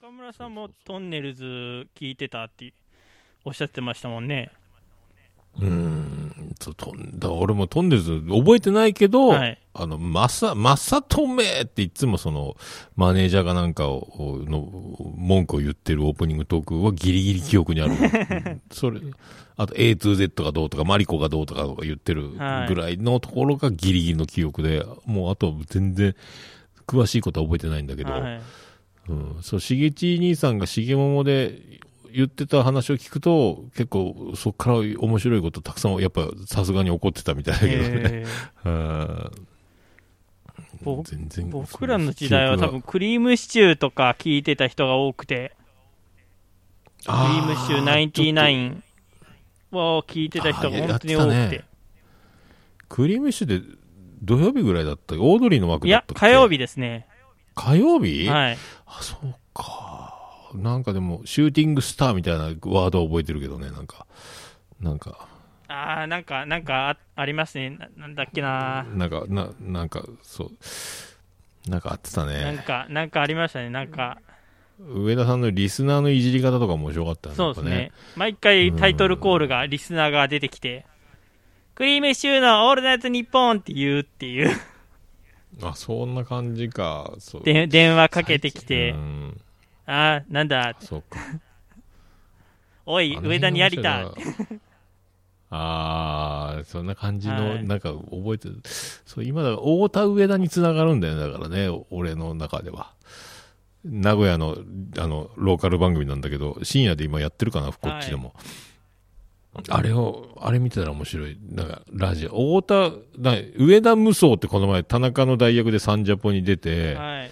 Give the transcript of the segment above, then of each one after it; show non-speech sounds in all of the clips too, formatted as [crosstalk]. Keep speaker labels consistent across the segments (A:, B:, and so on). A: 岡村さんもトンネルズ聞いてたっておっしゃってましたもんね。
B: うーん、ととんだ俺もトンネルズ覚えてないけど、
A: はい
B: あの、まさ、まさとめっていつもその、マネージャーがなんかを、の、文句を言ってるオープニングトークはギリギリ記憶にある。
A: [laughs]
B: うんそれ、あと A2Z がどうとか、マリコがどうとかとか言ってるぐ
A: はい
B: らいのところがギリギリの記憶で、もうあと全然、詳しいことは覚えてないんだけど、
A: はい、
B: うん、そう、しげち兄さんがしげももで言ってた話を聞くと、結構そっから面白いことたくさん、やっぱさすがに怒ってたみたいだけどね。
A: えー
B: [laughs] うん
A: ぼ
B: [laughs] 全然
A: 僕らの時代は多分クリームシチューとか聞いてた人が多くて、クリ
B: クリ
A: ームシチュー99を聞いてた人が本当に多く
B: あやっててたね。クリームシチューで土曜日ぐらいだったオードリーの枠
A: い
B: だ
A: や
B: ったっ、け
A: 火曜。日ですね。
B: 火曜日、
A: はい。
B: あ、そうか。なんかでも、シューティングスターみたいなワードを覚えてるけどね、なんか。なんか。
A: ああ、なんか、なんかあ、ありますね。ななんだっけな。
B: なんか、な、なんか、そう。なんかあってた
A: なん
B: ね。
A: か、なんかありましたね。なんか、
B: 上田さんのリスナーのいじり方とかも面白かったね。
A: そうです
B: やっ
A: ね。毎回タイトルコールが、リスナーが出てきて、クリームシチューのオールナイトニッポンって言うっていう、
B: ぱね。あ、そんな感じか。そう。
A: で電話かけてき
B: う
A: て、
B: ん、
A: ああ、なんだ、
B: そうか。
A: おい、上田にやりた。
B: あー、そんな感じの、
A: はい
B: なんか覚えてる。そう、今だから、太田上田につながるんだよね、だからね、俺の中では。名古屋の、あの、ローカル番組なんだけど、深夜で今やってるかな、こっちでも。あれを、あれ見てたら面白い。なんか、ラジオ。太田、な上田無双ってこの前、田中の代役でサンジャポに出て、
A: はい。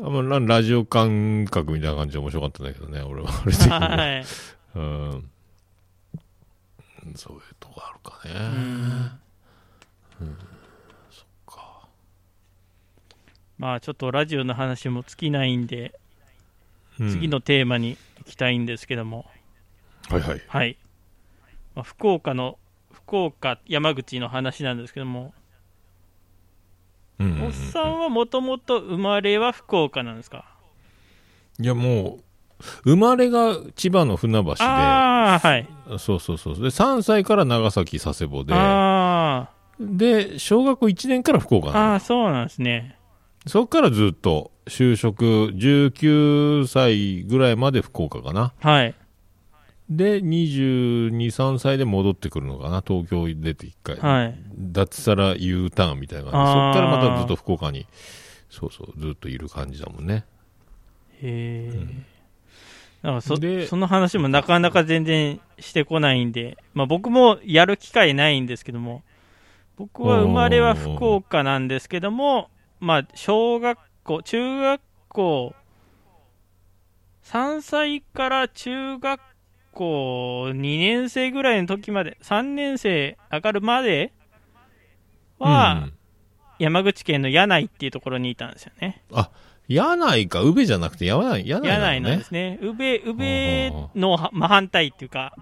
B: あまあララジオ感覚みたいな感じで面白かったんだけどね、俺は。俺的には
A: はい。
B: うん。そういうとこあるかね。
A: [laughs] うん
B: か
A: まあちょっとラジオの話も尽きないんで、
B: うん
A: 次。のテーマに行きたいんですけども、
B: はいはい。
A: はい。まあ、福岡の、福岡、山口の話なんですけども、
B: うんうんうん
A: おっさんはもともと生まれは福岡なんですか
B: いやもう、生まれが千葉の船橋
A: ああ、はい。
B: で、そうそうそう。で、3歳から長崎佐世保で、
A: あ
B: で、小学校1年から福岡
A: あ、
B: な
A: あ
B: の。
A: あ、そうなんですね。
B: そこからずっと就職、19歳ぐらいまで福岡かな。
A: はい。
B: で、22、3歳で戻ってくるのかな。東京に出て1回。
A: はい。
B: 脱サラ U ターンみたいな感じ
A: あー
B: そっからまたずっと福岡にそうそうずっといる感じだもんね
A: へえ。なんかそ
B: で
A: その話もなかなか全然してこないんで、まあ、僕もやる機会ないんですけども、僕は生まれは福岡なんですけども、まあ、小学校、中学校、3歳から中学校2年生ぐらいの時まで、3年生上がるまでは、
B: うん
A: 山口県の柳井っていうところにいたんですよね。
B: 柳井か宇部じゃなくて柳井柳井なの
A: 柳井なん
B: ね
A: ですね。宇部、宇部のは真反対っていうか、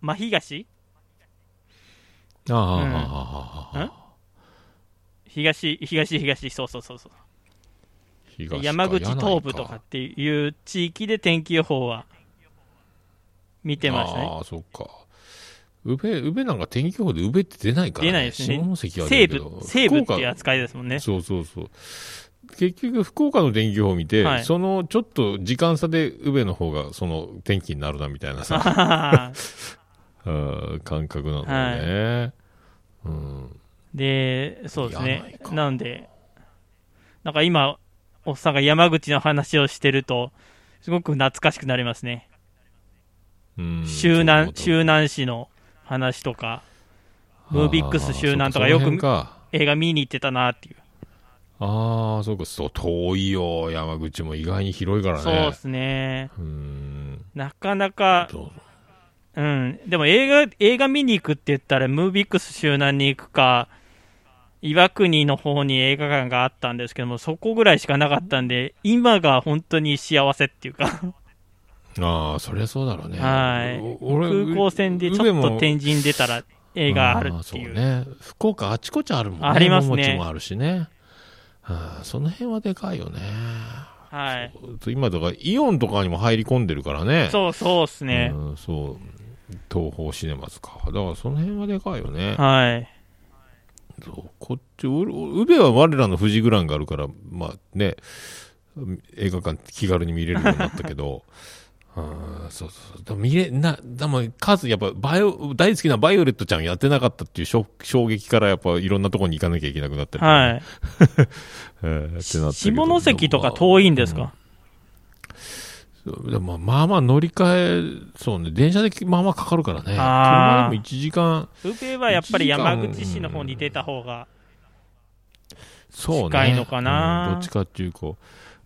A: 真東う
B: ああ、
A: ん
B: ああああああ
A: 東、東、東、そうそうそうそう。
B: 東か
A: 山口東部とか
B: 柳井
A: っていう地域で天気予報は見てましたね。
B: ああそっか宇部宇部なんか天気予報で宇部って出ないから、ね、
A: 出ないですね
B: 下関は出
A: 西
B: るけど
A: 部、西部っ
B: 福
A: ていう
B: 岡
A: 扱いですもんね。
B: そうそうそう結局福岡の天気予報見て、
A: はい
B: そのちょっと時間差で宇部の方がその天気になるなみたいなさ
A: あー
B: うん感覚なんだよね。うん。
A: [laughs] で、そうです
B: 柳井
A: ね。
B: か
A: なんで、なんか今、おっさんが山口の話をしてると、すごく懐かしくなりますね。
B: うん
A: 周南、
B: そう
A: 周南市の話とか。
B: 思う
A: ムービックス周南とか
B: あー
A: よく
B: その辺か
A: 映画見に行ってたなっていう。
B: ああ、そうか、そう、遠いよ、山口も意外に広いからね。
A: そうですね。
B: うん。
A: なかなか、
B: どう
A: うん。でも映画、映画見に行くって言ったら、ムービックス周南に行くか、岩国の方に映画館があったんですけども、そこぐらいしかなかったんで、今が本当に幸せっていうか、
B: ああ、そりゃそうだろうね。
A: はい
B: お俺
A: 空港線でちょっと天神出たら映画あるってい
B: あ
A: う。
B: ーそうね。福岡あちこちあるもんね。
A: ありますね
B: ももちもあるしね。あーその辺はでかいよね。
A: はい。
B: 今とかイオンとかにも入り込んでるからね。
A: そうそうですね。
B: うん、そう。東宝シネマズか。だからその辺はでかいよね。
A: はい。
B: そうこっち、う宇部は我らの富士グランがあるから、まあね、映画館気軽に見れるようになったけど、 [laughs] あそうそうそう。でも見れ、な、でも数、やっぱバイオ、大好きなバイオレットちゃんやってなかったっていう衝衝撃からやっぱいろんなとこに行かなきゃいけなくなったり、
A: はい。
B: えーってなったけど
A: 下関とか遠いんですか、
B: そうでもまあまあ乗り換え、そうね、電車でまあまあかかるからね。
A: あー
B: 車でも1時間、
A: 宇部はやっぱり山口市の方に出た方が、
B: そうね。
A: 近いのかな
B: うんどっちかっていうと、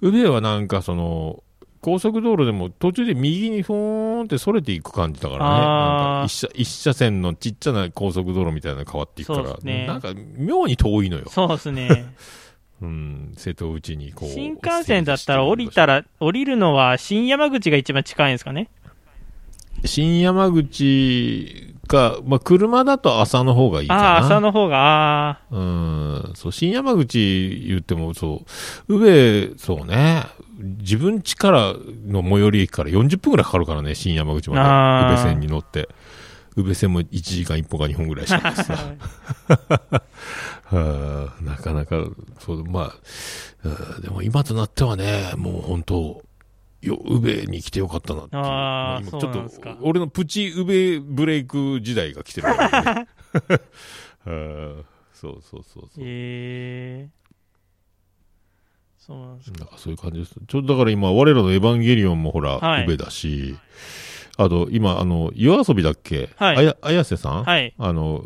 B: 宇部はなんかその、高速道路でも途中で右にふーんってそれていく感じだからね。
A: あー
B: なんか一車一車線のちっちゃな高速道路みたいなのが変わっていくか
A: そう
B: ら
A: で、すね
B: なんか妙に遠いのよ。
A: そうですね。
B: うん、瀬戸内に [laughs] こう。
A: 新幹線だったら降りたら、降りるのは新山口が一番近いんですかね
B: 新山口か、まあ、車だと朝の方がいいかな。
A: ああー、朝の方
B: [laughs]
A: が、あ
B: うん、そう、新山口言っても、そう、宇部、そうね、自分家からの最寄り駅から40分ぐらいかかるからね、新山口ま
A: あー
B: で、宇部線に乗って。宇部線も1時間1本か2本ぐらいしかないです
A: あ
B: な。
A: ー、
B: は [laughs] あなかなか、そう、まあうん、でも今となってはね、もう本当、よ、宇部に来てよかったなっていう。
A: あー
B: ま今ち
A: そうなん
B: ょ
A: で
B: っ
A: すか
B: と、俺のプチ宇部ブレイク時代が来てるから
A: [laughs]
B: ね、 [laughs] うんそうそうそうそう。
A: ええそうなんです
B: なんかそういう感じです。ちょっとだから今、我らのエヴァンゲリオンもほら、
A: はい
B: 宇部だし、あと今、あの、夜遊びだっけ、
A: はい
B: あや綾瀬さん、
A: はい。
B: あの、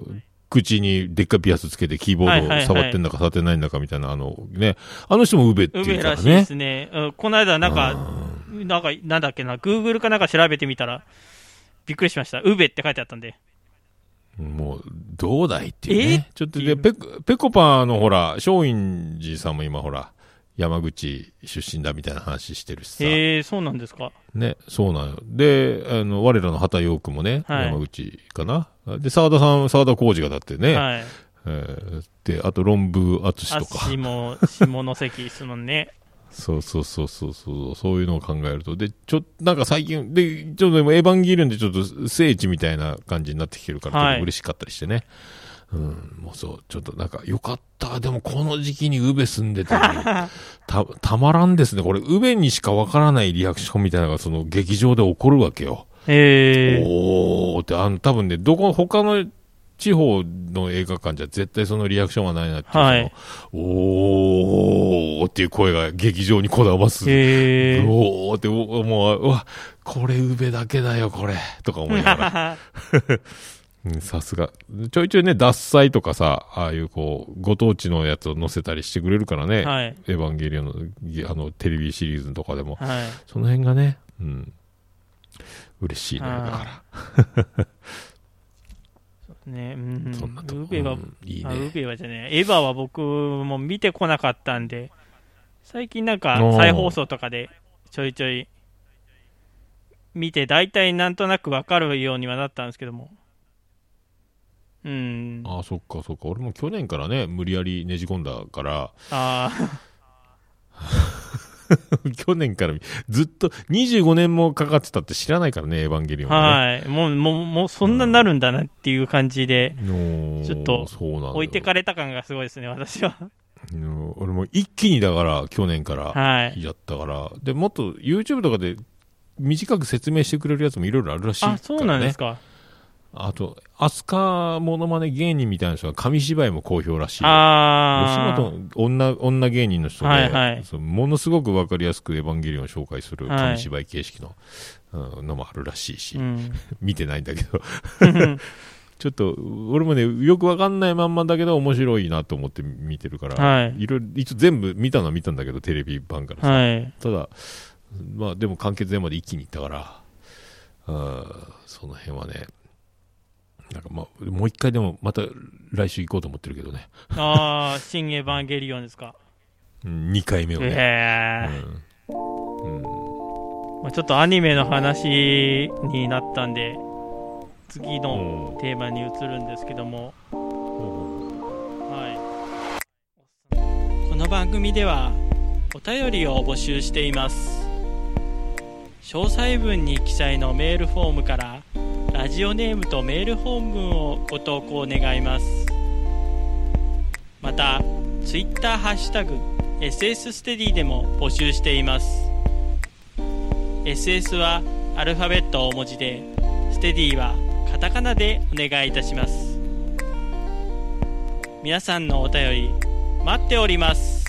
B: 口にでっかいピアスつけてキーボ
A: はいはい
B: ー
A: は
B: ド
A: い
B: を触ってんだか触ってないんだかみたいな、あのね、あの人も宇部って
A: 梅
B: いうか
A: ら
B: ら
A: しいで
B: ね。
A: すね。うんこの間、なんか、
B: うん
A: なんか、なんだっけな、Google かなんか調べてみたら、びっくりしました。宇部って書いてあったんで。
B: もう、どうだいっていうね。ちょっと
A: ってい
B: で、
A: う
B: ペコペコパのほら、松陰寺さんも今ほら、山口出身だみたいな話してるしさ。
A: へえそうなんですか。
B: ね、そうなんよ。で、あの、我らの畑陽君もね、
A: はい
B: 山口かな。で、沢田さん、沢田浩二がだってね、
A: はい。
B: えーで、あと論文淳
A: あ
B: とか、
A: しも、下関ですもんね。
B: そうそうそうそうそう、そういうのを考えると、で、ちょ、なんか最近、で、ちょっとでもエヴァンゲリオンでちょっと聖地みたいな感じになってきてるから、
A: はい
B: ちょっと嬉しかったりしてね。うん、もうそう、ちょっとなんか、よかった。でもこの時期に宇部住ん
A: [laughs]
B: でたのにた、たまらんですね。これ、宇部にしかわからないリアクションみたいなのが、その劇場で起こるわけよ。
A: へえ
B: おーって、あの、多分ね、どこ、他の地方の映画館じゃ絶対そのリアクションはないなっていう、
A: はい
B: そのおーっていう声が劇場にこだます。
A: へえ
B: おーって、おもう、うわ、これ、宇部だけだよ、これ。とか思 [laughs] いな
A: [laughs]
B: がら。うんさすが。ちょいちょいね、脱菜とかさ、ああいうこう、ご当地のやつを載せたりしてくれるからね。
A: はい。
B: エヴァンゲリオンのぎ、あの、テレビシリーズとかでも。
A: はい。
B: その辺がね、うん。嬉しいね、だ
A: はい
B: から。
A: ね、うん。
B: そんなとこ
A: 宇部は、
B: うんいい
A: あウ
B: ね。
A: ベはじゃねえ、エヴァは僕も見てこなかったんで、最近なんか
B: おー
A: 再放送とかでちょいちょい見て、大体なんとなくわかるようにはなったんですけども。うん。
B: ああ、そっかそっか。俺も去年からね、無理やりねじ込んだから、 [laughs]
A: あ
B: 去年からずっと25年もかかってたって知らないからね、エヴァンゲリオ
A: あ、
B: ンはね。
A: はい。もう、もう、もうそんなになるんだなっていう感じで、
B: の
A: ちょっと
B: そうなんだよ
A: 置いてかれた感がすごいですね、私は。
B: の俺も一気にだから、去年から
A: はい。
B: やったから、で、もっと YouTube とかで短く説明してくれるやつもいろいろあるらしいから、ね。
A: あ、そうなんですか。
B: あと、アスカモノマネ芸人みたいな人が紙芝居も好評らしいよ。
A: あ
B: 吉
A: あ。
B: 本女女芸人の人で、
A: はいはい
B: そうものすごくわかりやすく「エヴァンゲリオン」を紹介する
A: はい
B: 紙芝居形式の、うんのもあるらしいし、
A: うん。 [laughs]
B: 見てないんだけど [laughs] ちょっと俺もねよくわかんないまんまだけど面白いなと思って見てるから、
A: はい。
B: いろいろ一応全部見たのは見たんだけどテレビ版からさ、
A: はい。
B: ただまあでも完結前まで一気にいったからあーその辺はねなんかまあもう一回でもまた来週行こうと思ってるけどね
A: ああ、新エヴァンゲリオンですか。
B: 2回目を
A: へ
B: ね、
A: え。
B: 嗯うん
A: まあ、ちょっとアニメの話になったんで次の
B: うん
A: テーマに移るんですけども、はい、この番組ではお便りを募集しています詳細文に記載のメールフォームからラジオネームとメール本文をご投稿願いますまた Twitter ハッシュタグ SS ステディでも募集しています SS はアルファベット大文字でステディはカタカナでお願いいたします皆さんのお便り待っております